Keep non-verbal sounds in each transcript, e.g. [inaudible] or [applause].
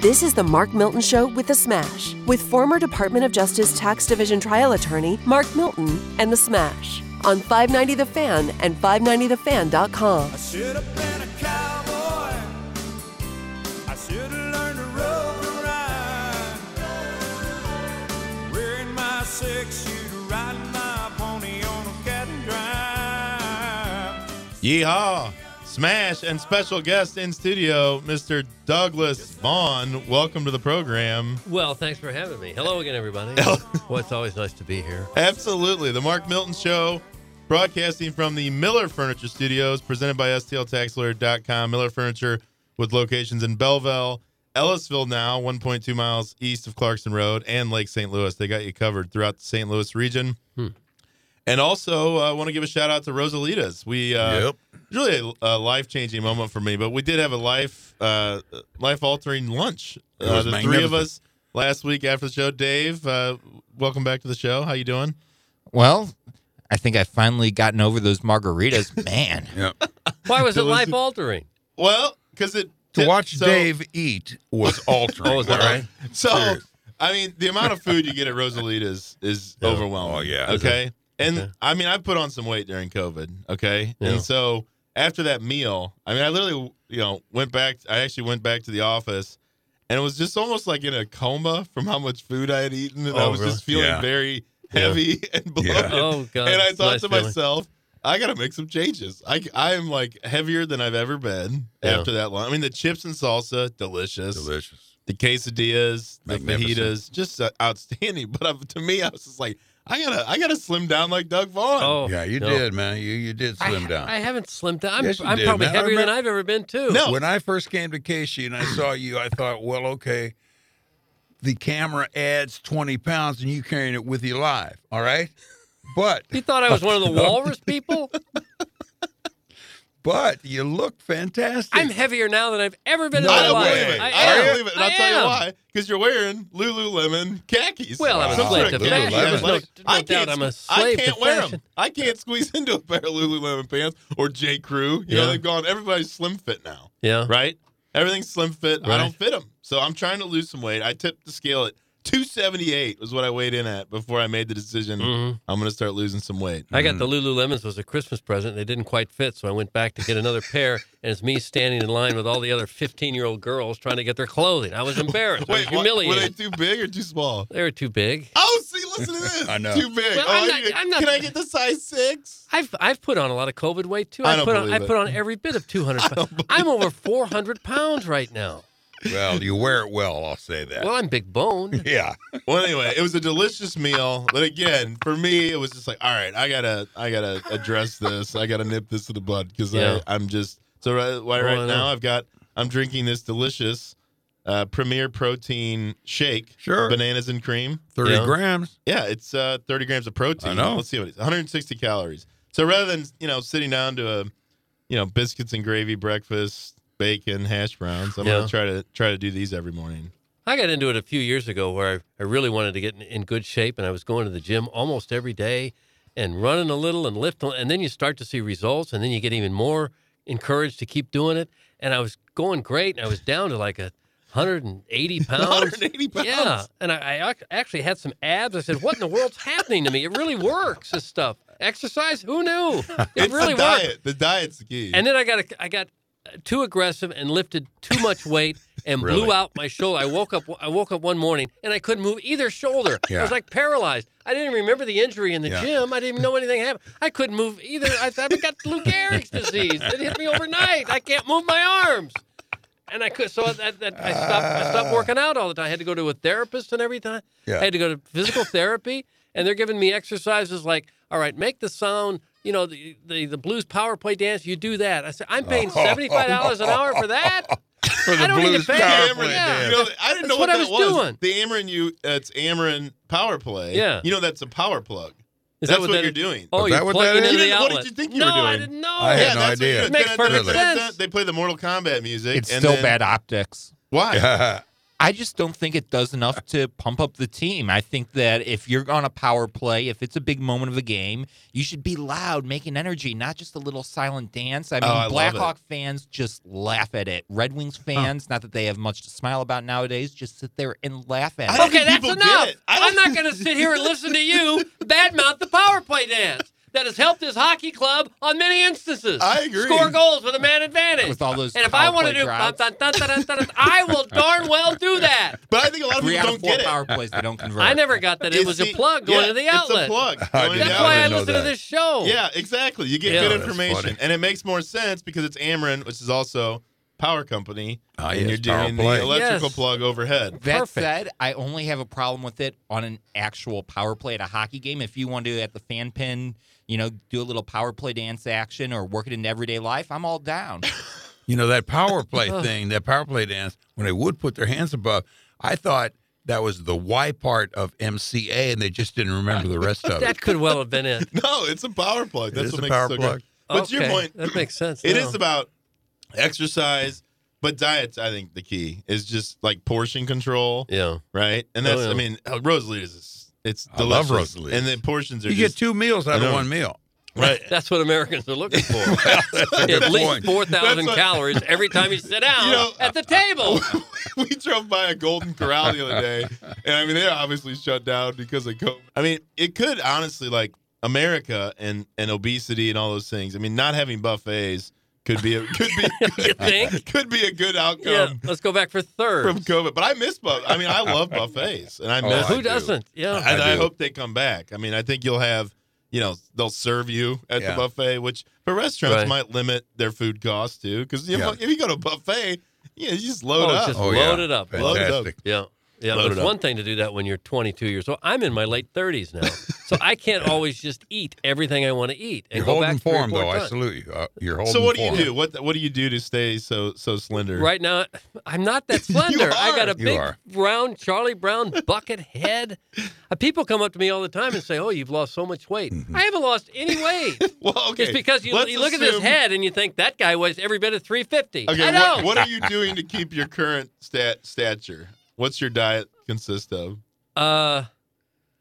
This is the Mark Milton Show with The Smash, with former Department of Justice Tax Division trial attorney Mark Milton and The Smash on 590 The Fan and 590TheFan.com. Should have been a cowboy. I should have learned to rope and ride. Wearing my six shooter, riding my pony on a cat and drive. Yeehaw! Smash and special guest in studio, Mr. Douglas Vaughn. Welcome to the program. Well, thanks for having me. Hello again, [laughs] everybody. well, it's always nice to be here. Absolutely. The Mark Milton Show, broadcasting from the Miller Furniture Studios, presented by STLTaxLawyer.com. Miller Furniture with locations in Belleville, Ellisville now, 1.2 miles east of Clarkson Road, and Lake St. Louis. They got you covered throughout the St. Louis region. And also, I uh, want to give a shout out to Rosalita's. We uh, Yep. It's really a, a life changing moment for me. But we did have a life uh, life altering lunch. It Uh, was the three of magnificent. us last week after the show. Dave, uh, welcome back to the show. How you doing? Well, I think I've finally gotten over [laughs] those margaritas. Man, Yeah. Why was it Delicious. life altering? Well, because it To watch so- Dave eat [laughs] was altering. Oh, is that [laughs] right? So Serious. I mean, the amount of food you get at Rosalita's is Yeah. overwhelming. Oh, yeah. Okay. And Okay. I mean, I put on some weight during COVID. Okay. Yeah. And so after that meal, I mean, I literally, you know, went back. I actually went back to the office, and it was just almost like in a coma from how much food I had eaten, and I Oh, was really? just feeling Yeah. very Yeah. heavy [laughs] [laughs] and bloated. Oh God! and I it's thought nice to feeling. myself, I gotta make some changes. I I am like heavier than I've ever been Yeah. after that lunch. I mean, the chips and salsa, Delicious. the quesadillas, the Magnificent. fajitas, just uh, outstanding. [laughs] But uh, to me, I was just like, I gotta, I gotta slim down like Doug Vaughn. Oh yeah, you no. did, man. You you did I- slim down. I haven't slimmed down. I'm, Yes, you I'm did, probably man. I heavier than remember- I've ever been too. No. When I first came to Casey and I saw you, I thought, well, okay, the camera adds 20 pounds and you carrying it with you live. All right. But [laughs] You thought I was one of the walrus people? but you look fantastic. I'm heavier now than I've ever been in No my I don't life. believe it. I, I, am. don't believe it. And I'll I tell you am. why. Because you're wearing Lululemon khakis. Well, I'm a Some slave sort of to khaki fashion. There's athletic- no- no I can't doubt I'm a sque- slave I to can't wear them. fashion. I can't squeeze [laughs] into a pair of Lululemon pants or J. Crew. You know, Yeah. they've gone. Everybody's slim fit now, Yeah. right? Everything's slim fit. I Right. don't fit them, so I'm trying to lose some weight. I tipped the scale at 278 was what I weighed in at before I made the decision. hmm I'm gonna start losing some weight. I got the Lululemons was a Christmas present. They didn't quite fit, so I went back to get another pair. And it's me standing in line with all the other 15 year old girls trying to get their clothing. I [laughs] was embarrassed. I was Wait, what- were they humiliated. too big or too small? They were too big. Oh, see, listen [laughs] to this. I know. Too big. Well, oh, I'm I not- get- I'm not- Can I get the size six? I've I've put on a lot of COVID weight too. I I, don't put on believe I it. put on every bit [laughs] of 200. pounds. I'm over 400 pounds right now. well, you wear it well, I'll say that. Well, I'm [laughs] big boned. yeah. Well, anyway, it was a delicious meal, but again, for me, it was just like, all right, I gotta, I gotta address this. I gotta nip this to the bud because Yeah. I'm just so right, why Oh, right I know. now I've got, I'm drinking this delicious uh, Premier Protein shake, Sure. bananas and cream. 30 [laughs] Yeah. grams. Yeah, it's uh, 30 grams of protein. I know. Let's see what it is. 160 calories. So rather than you know sitting down to a, you know, biscuits and gravy breakfast, bacon, hash browns, I'm Yeah. gonna try to try to do these every morning. I got into it a few years ago where I, I really wanted to get in, in good shape and I was going to the gym almost every day and running a little and lifting. And then you start to see results and then you get even more encouraged to keep doing it. And I was going great and I was down to like a [laughs] 180 pounds. 180 pounds. Yeah. And I, I ac- actually had some abs. I said, what in the world's happening to me? It really works, this stuff. Exercise? Who knew? It It's really the works. diet. The diet's the key. And then I got a, I got uh, too aggressive and lifted too much weight and blew Really? out my shoulder. I woke up I woke up one morning and I couldn't move either shoulder. I Yeah. was like paralyzed. I didn't even remember the injury in the Yeah. gym. I didn't even know anything happened. I couldn't move either. I thought I got Lou Gehrig's disease. It hit me overnight. I can't move my arms. And I could so that, that I stopped I stopped working out all the time. I had to go to a therapist and everything. Ah. Yeah. I had to go to physical therapy, and they're giving me exercises like, all right, make the sound, you know, the the, the blues power play dance. You do that. I said, I'm paying seventy five dollars an hour for that. Oh. [laughs] For the I don't need to blues pay. power Yeah, play yeah. dance. You know, I didn't know what, That's what I that was was. doing. The Amarin you uh, it's Amarin power play. Yeah. You know that's a power plug. Is that's that what, what that you're is? doing. Oh, Is you're that what that plugging is? into You the didn't- what outlet. did you think you no, were I doing? didn't know. I had no that's what idea. you're- It makes perfect sense. They play the Mortal Kombat music. it's and still then- bad optics. Why? Yeah. I just don't think it does enough to pump up the team. I think that if you're on a power play, if it's a big moment of the game, you should be loud, making energy, not just a little silent dance. I mean, Oh, I love it. Blackhawk fans just laugh at it. Red Wings fans, not that they have much to smile about nowadays, just sit there and laugh at I it. don't Okay, think that's people get enough. it. I I'm [laughs] not going to sit here and listen to you badmouth the power play dance that has helped this hockey club on many instances. I agree. Score goals with a man advantage. With all those and if power I want to play do, drives. dun, dun, dun, dun, dun, dun, [laughs] I will darn well [laughs] do that. But I think a lot of Three people out of don't four get it. [laughs] power plays they don't convert. I never got that. It It's was the- a plug going yeah, to the outlet. It's a plug. [laughs] I going to did the That's not why didn't I know outlet. listen to that. this show. Yeah, exactly. You get Yeah. good That's information, funny. and it makes more sense because it's Ameren, which is also power company, Ah, and yes, you're power doing the play. electrical Yes. plug overhead. [laughs] That Perfect. said, I only have a problem with it on an actual power play at a hockey game. If you want to at the fan pin, you know, do a little power play dance action or work it into everyday life, I'm all [laughs] down. You know [laughs] that power play Oh. thing, that power play dance. When they would put their hands above, I thought that was the Y part of MCA, and they just didn't remember the rest of it. That could well have [laughs] been it. No, it's a power plug. That's is what a makes power it so plug. good. But to your Okay, point, That makes sense. It now. is about exercise, but diet's I think the key is just like portion control, Yeah. right? And that's Oh, yeah. I mean uh, Rosalita's is it's I love delicious, Rosalita's. and the portions are You get just [laughs] two meals out I of know. one meal. [laughs] [laughs] right. That's what Americans are [laughs] looking for. a good At least point. 4,000 That's what- calories every time you sit [laughs] down You know- at [laughs] the table. we drove by a Golden Corral the other day, and I mean they're obviously shut down because of COVID. I mean it could honestly like America and and obesity and all those things. I mean not having buffets could be a, could you be think? could be a good outcome. Yeah. Let's go back for third. From COVID, but I miss buff. I mean, I love buffets, and I Oh, miss I Who do. doesn't? [laughs] Yeah. And I I, do. hope they come back. I mean, I think you'll have, you know, they'll serve you at the Yeah. buffet, which for restaurants Right. might limit their food costs too. Because Yeah. if you go to a buffet, yeah, you just load Oh, it's up. just- Oh Load yeah, it up. Load it up. fantastic. Yeah. Yeah, Load but it's it up. one thing to do that when you're 22 years old. I'm in my late 30s now, so I can't always just eat everything I want to eat and You're go holding back three or form four though. I times. salute you. Uh, you're holding. so what do you form. do? What what do you do to stay so so slender? Right now, I'm not that slender. I got a are. You big are. round Charlie Brown bucket head. Uh, People come up to me all the time and say, "Oh, you've lost so much weight." I haven't lost any weight. [laughs] Well, okay. It's because you, let's you look at this assume- head and you think that guy weighs every bit of 350. Okay, I know. what, what are you doing to keep your current stat stature? What's your diet consist of? uh,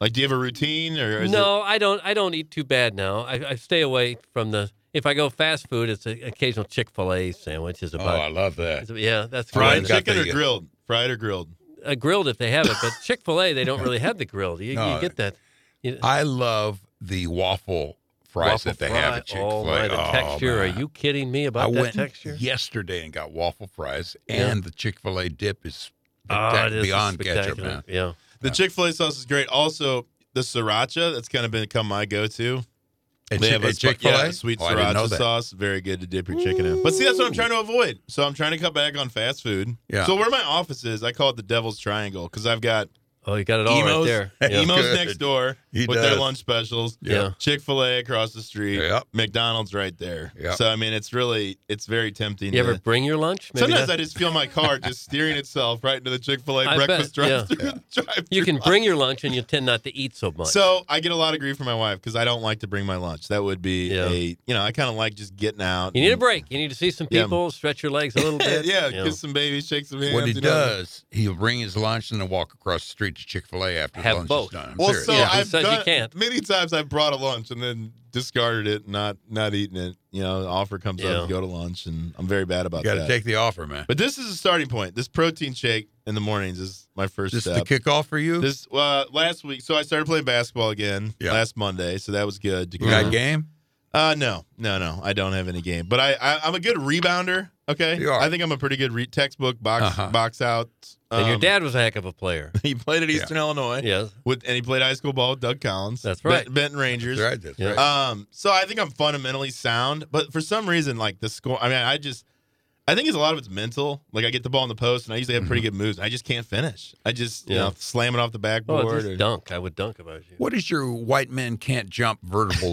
Like, do you have a routine or is no, I don't. I don't eat too bad now. I, I stay away from the. If I go fast food, it's an occasional Chick Fil A sandwich. Is Oh, about. I love that. is- yeah, that's it Fried good. fried Got chicken the- or grilled? Fried or grilled? uh, grilled if they have it, but Chick Fil A they don't really have the grilled. You, No. you get that. You- [laughs] I love the waffle fries waffle that they fry. have at Chick Oh, Fil my, A. the texture. Are you kidding me about I that went texture? yesterday and got waffle fries, Yeah. and the Chick Fil A dip is Oh, spectac- it is beyond ketchup. spectacular. Man. Yeah. The Chick Fil A sauce is great. Also, the sriracha that's kind of become my go-to. At They Chi- have a at sp- Chick-fil-A? yeah, sweet Oh, I didn't know sriracha that. sauce. Very good to dip your chicken in. But see, that's what I'm trying to avoid. So I'm trying to cut back on fast food. Yeah. So where my office is, I call it the Devil's Triangle because I've got Oh, you got it all right Emos. [laughs] there. Yeah. Emo's Good. next door He with their does. lunch specials. Yeah. Chick Fil A across the street. Yep. McDonald's right there. Yep. So I mean, it's really it's very tempting. You to- ever bring your lunch? Maybe Sometimes that- I just feel my car just steering itself right into the Chick Fil A I bet, breakfast [laughs] yeah. drive-through. drive-through you can bring your lunch and you tend not to eat so much. So I get a lot of grief from my wife because I don't like to bring my lunch. That would be Yeah. a you know I kind of like just getting out. you need a and- break. You need to see some Yeah. people, stretch your legs a [laughs] little Yeah, bit. yeah, kiss some babies, shake some hands. What he you know. does, he'll bring his lunch and then walk across the street to Chick Fil A after Have lunch both. is done. I'm Well, serious. so Yeah. He I've says you done, can't. many times I've brought a lunch and then discarded it, not not eating it. You know, the offer comes Yeah. up, you go to lunch, and I'm very bad you about got that. to take the offer, man. but this is a starting point. This protein shake in the mornings is my first This is the step. kickoff for you. this uh, last week, so I started playing basketball again Yeah. last Monday, so that was good. To you got kinda- a game? Uh, no, no, no. I don't have any game, but I, I I'm a good rebounder. Okay, You are. I think I'm a pretty good re- textbook box Uh-huh. box out. And your Um, [laughs] dad was a heck of a player. he played at Yeah. Eastern Illinois. Yes. With and he played high school ball with Doug Collins. That's Ben- right. Benton Rangers. That's right. That's Yeah. right. Um, so I think I'm fundamentally sound, but for some reason, like the score. I mean, I just. I think it's a lot of it's mental. Like I get the ball in the post, and I usually have pretty good moves. I just can't finish. I just you Mm-hmm. Yeah. know slam it off the backboard. Oh, just or- dunk. I would dunk about you. what is your white men can't jump vertical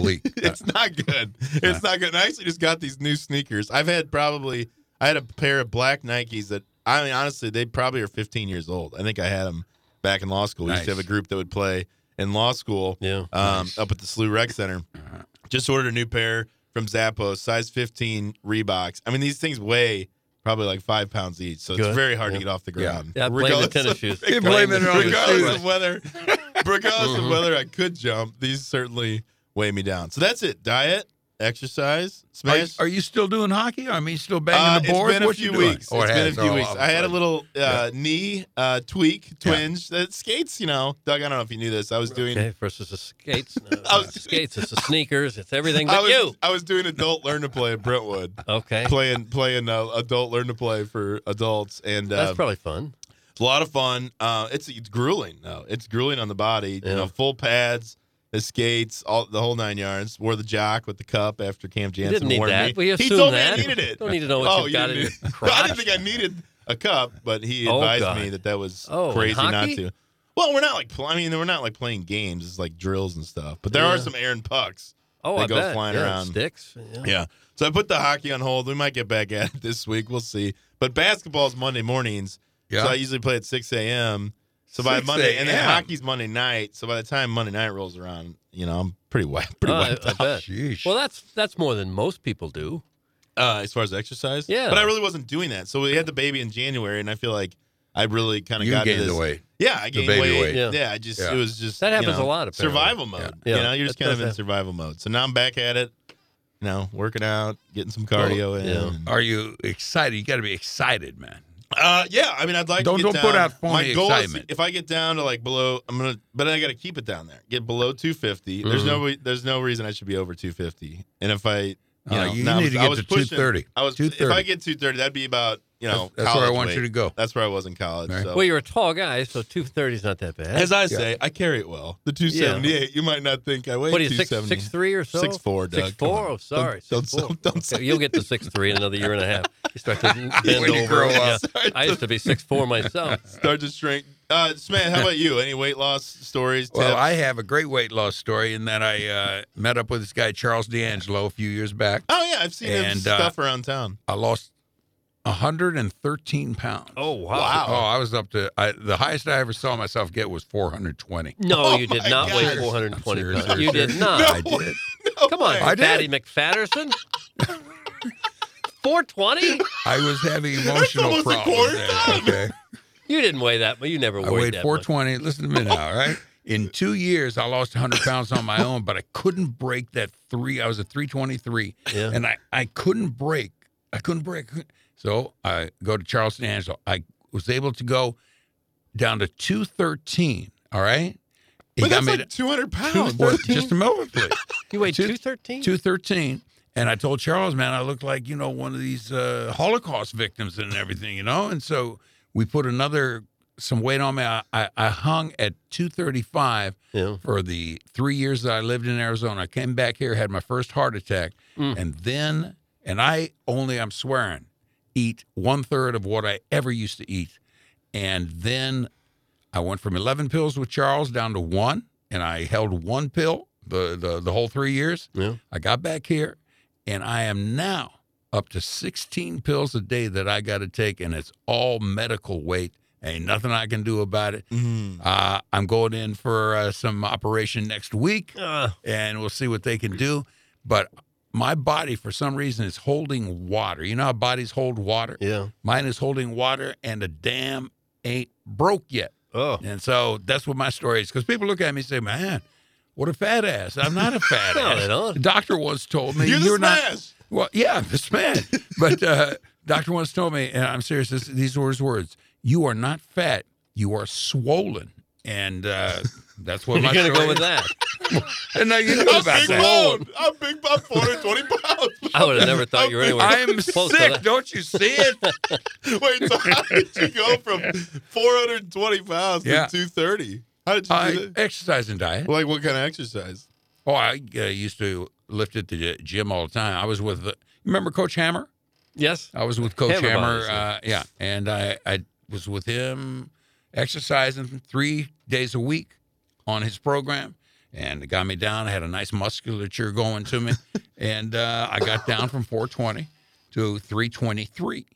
[laughs] leap? Uh, it's not good. It's not good. And I actually just got these new sneakers. I've had probably I had a pair of black Nikes that I mean honestly they probably are 15 years old. I think I had them back in law school. We used to Nice. have a group that would play in law school Yeah. um, up at the SLU Rec Center. Uh-huh. Just ordered a new pair from Zappos, size 15 Reeboks. I mean these things weigh probably like five pounds each. So Good. it's very hard Yeah. to get off the ground. Yeah, blame the Regardless tennis of- shoes. You blame it on the regardless shoes. of whether [laughs] regardless Mhm. of whether I could jump, these certainly weigh me down. So that's it. Diet, exercise, Are, smash. are you still doing hockey? I mean, still Uh, banging the board? It's been a what few you doing? weeks. Oh, it it's been a has. few Oh, weeks. all of I had a sudden. little uh, knee uh, tweak, twinge. That skates, you know, Doug. I don't know if you knew this. I was doing. Okay, versus [laughs] the skates. No, I was- it's the skates. It's the sneakers. It's [laughs] everything I but was, you. I was doing adult learn to play at Brentwood, Okay, playing playing uh, adult learn to play for adults, and uh, that's probably fun. It's a lot of fun. Uh, it's it's grueling though. It's grueling on the body. Yeah. You know, full pads, the skates, all the whole nine yards. Wore the jock with the cup after Cam You Jansen didn't need warned that. me. We he assumed told that. me I needed it. Don't need to know what oh, you've you got in your didn't need- crotch. [laughs] I didn't think I needed a cup, but he Oh, advised God. me that that was Oh, and crazy not hockey? to. Well, we're not like pl- I mean, we're not like playing games. It's like drills and stuff. But there are Yeah. some Aaron pucks. Oh, They I go bet. flying yeah, around. Sticks. Yeah. So I put the hockey on hold. We might get back at it this week. We'll see. But basketball's Monday mornings. Yeah. So I usually play at 6 a.m. So by 6 Monday, and then a.m.. hockey's Monday night. So by the time Monday night rolls around, you know, I'm pretty wet, [laughs] [laughs] pretty Oh, I, wiped I out bet. Sheesh. Well, that's that's more than most people do. uh, as far as exercise. Yeah. But I really wasn't doing that. So we had the baby in January, and I feel like I really kind of you got to gained this. the weight. Yeah, I gained baby weight. weight. Yeah. Yeah. I just Yeah. it was just That you happens know, a lot, apparently. Survival mode. Yeah. You know, you're just That kind of does in happen. survival mode. So now I'm back at it. You know, working out, getting some cardio in. yeah. and- Are you excited? You got to be excited, man. Uh, yeah. I mean, I'd like Don't- to get don't down. put out phony My goal excitement. Is if I get down to like below, I'm gonna, but I got to keep it down there. Get below 250. There's Mm-hmm. no, re- there's no reason I should be over 250. And if I, you Oh, know, you now I need was- to I get was to pushing- 230. I was, 230. if I get 230, that'd be about, you know, That's- that's where I college want you weight. to go. That's where I was in college. Right. So. Well, you're a tall guy, so two thirty is not that bad. Oh. as I say, I carry it well. The 278. You might not think I weigh what are you 270. six six three or so? 6'4",, Doug, Six come four. on. Oh, sorry. Don't- don't- 6'4". don't say okay, You'll get to six three in another year and a half. You [laughs] start to bend When you over. grow Yeah. up. I used to be six four myself. [laughs] Start to shrink. Uh, Sman, how about you? Any weight loss stories? Well, tips? I have a great weight loss story in that I uh, met up with this guy Charles D'Angelo a few years back. Oh yeah, I've seen his And, uh, stuff around town. I lost 113 pounds. Oh wow. Oh, I was up to I, the highest I ever saw myself get was 420. No, Oh, you did my not weigh gosh. 420 I'm pounds. serious, I'm you serious. did not. I did. Come on, I did. Fatty [laughs] McFadderson. 420? I was having emotional almost a problems. quarter there, time. okay. You didn't weigh that, but you never weighed, I weighed that 420. Listen to me now, all right? In two years, I lost 100 pounds on my own, but I couldn't break that three. I was at 323, much. Yeah. and I, I couldn't break. I couldn't break. So I go to Charles D'Angelo. I was able to go down to 213, all right? It But got that's me like 200 to, pounds. well, just a moment, please. You weighed Two- 213? 213. And I told Charles, man, I look like, you know, one of these uh, Holocaust victims and everything, you know? And so we put another, some weight on me. I, I, I hung at 235 yeah. for the three years that I lived in Arizona. I came back here, had my first heart attack. Mm. And then, and I only, I'm swearing, eat one third of what I ever used to eat. And then I went from 11 pills with Charles down to one, and I held one pill the, the, the whole three years. Yeah. I got back here, and I am now up to 16 pills a day that I got to take, and it's all medical weight. Ain't nothing I can do about it. Mm. Uh, I'm going in for uh, some operation [laughs] next week, Uh, and we'll see what they can do. But my body, for some reason, is holding water. You know how bodies hold water? yeah. Mine is holding water, and the dam ain't broke yet. Oh. And so that's what my story is. Because people look at me and say, man, what a fat ass. I'm not a [laughs] fat No, ass. they don't. [laughs] The doctor once told me, You're the not. smash. Well, yeah, this man. But uh, [laughs] doctor once told me, and I'm serious. This, these were his words: "You are not fat. You are swollen." And uh, that's what You're my going to story go with is. that. And now you know I'm about big that. boned. I'm big. I'm 420 pounds. [laughs] I would have never thought you were anywhere [laughs] I'm close to sick. that. Don't you see [laughs] it? Wait, so how did you go from 420 pounds Yeah. to 230? How did you I do that? exercise and diet. Like what kind of exercise? Oh, I uh, used to lift at the gy- gym all the time. I was with, uh, remember Coach Hammer? Yes. I was with Coach Hammer Hammer. bodies, uh, yeah, and I, I was with him exercising three days a week on his program, and it got me down. I had a nice musculature going to me, and uh, I got down from 420 to 323.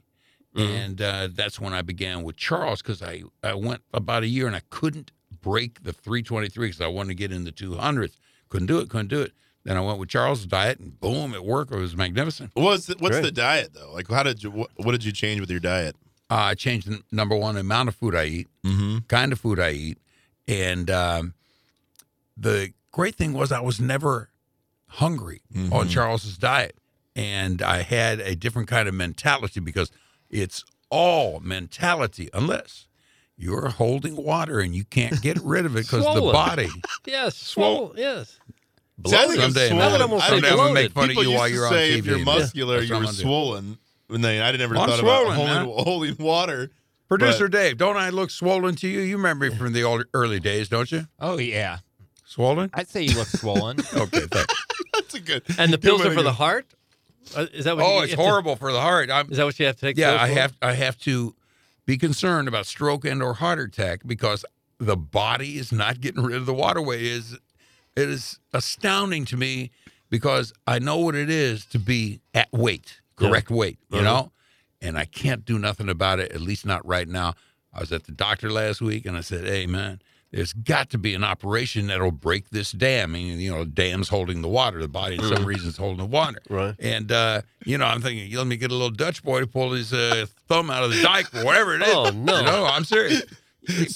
And uh, that's when I began with Charles because I, I went about a year and I couldn't break the 323 because I wanted to get in the 200s. Couldn't do it, couldn't do it. Then I went with Charles' diet, and boom, it worked. It was magnificent. What's the, what's Great. the diet though? Like, how did you what, what did you change with your diet? Uh, I changed the number one the amount of food I eat, Mm-hmm. kind of food I eat, and um, the great thing was I was never hungry Mm-hmm. on Charles's diet, and I had a different kind of mentality because it's all mentality, unless you're holding water and you can't get rid of it because the Swallow [laughs] it. body. Yes. Swole. Swole. Yes. See, I think I'm Someday, swollen. man. I would I almost think say someday I'm gonna bloated. make fun people of you used while to you're on say TV. if you're dude. muscular, That's you what were I'm gonna do. swollen. And then I never I'm thought about swollen, holding, man. [laughs] holding water. Producer Dave, don't I look swollen to you? You remember me from the old, early days, don't you? Oh yeah, Swollen? I'd say you look swollen. [laughs] Okay, thanks. That's a good. And the good pills way are to for go. the heart. Uh, Is that what? you, Oh, you it's have to- horrible for the heart. I'm, is that what you have to take? yeah, pills I for? have I have to be concerned about stroke and or heart attack because the body is not getting rid of the waterway. It is it is astounding to me because I know what it is to be at weight, correct weight, you Uh-huh. know, and I can't do nothing about it. At least not right now. I was at the doctor last week and I said, "Hey, man." There's got to be an operation that'll break this dam. I mean, you know, dam's holding the water. The body, for some reason, is holding the water. Mm. [laughs] Right. And uh, you know, I'm thinking, let me get a little Dutch boy to pull his uh, thumb out of the dike or whatever it is. Oh, no. You know, I'm serious.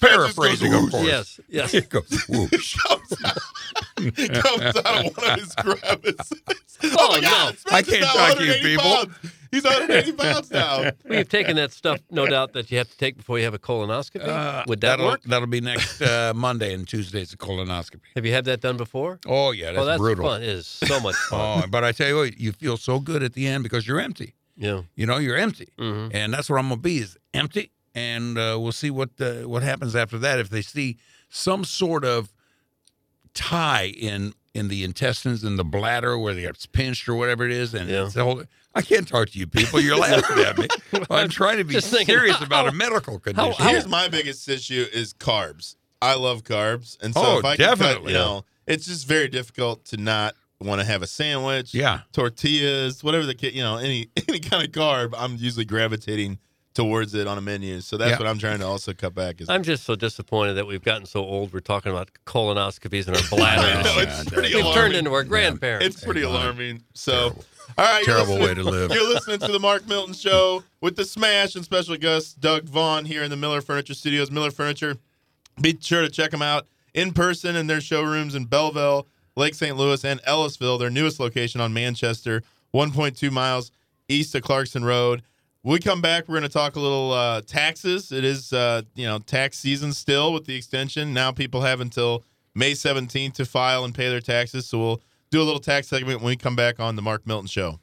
Paraphrasing, of whoosh. course. Yes. Yes. [laughs] It goes whoosh. [laughs] comes out of one of his [laughs] crevices. Oh, Oh, my no. God! I can't talk to you people. He's [laughs] 180 pounds now. We've taken that stuff, no doubt, that you have to take before you have a colonoscopy. Uh, Would that that'll, work? That'll be next uh, [laughs] Monday and Tuesday's a colonoscopy. Have you had that done before? Oh yeah, that's, oh, that's brutal. fun. It is so [laughs] much fun. Oh, but I tell you what, you feel so good at the end because you're empty. Yeah. You know, you're empty, hmm and that's where I'm gonna be is empty. And uh, we'll see what uh, what happens after that if they see some sort of tie in in the intestines and the bladder where it's pinched or whatever it is. And Yeah. it's the whole, I can't talk to you people. You're laughing at [laughs] me. I'm trying to be Just thinking, serious how- about a medical condition. Here's my biggest issue is carbs. I love carbs, and so Oh, if I Can cut, definitely. you know, it's just very difficult to not want to have a sandwich, yeah. tortillas, whatever the kid, you know, any [laughs] any kind of carb. I'm usually gravitating towards it on a menu, so that's Yeah. what I'm trying to also cut back. Is [laughs] I'm just so disappointed that we've gotten so old. We're talking about colonoscopies and our [laughs] bladders. know, it's pretty we've turned alarming. into our grandparents. It's pretty Hey, Bob. alarming. So, all right, you're Terrible [laughs] way listening- to live. You're listening to the Mark Milton Show with the Smash and special guest Doug Vaughn here in the Miller Furniture Studios. Miller Furniture. Be sure to check them out in person in their showrooms in Belleville, Lake St. Louis, and Ellisville. Their newest location on Manchester, 1.2 miles east of Clarkson Road. When we come back. We're going to talk a little uh, taxes. It is uh, you know tax season still with the extension. Now people have until May 17th to file and pay their taxes. So we'll do a little tax segment when we come back on the Mark Milton Show.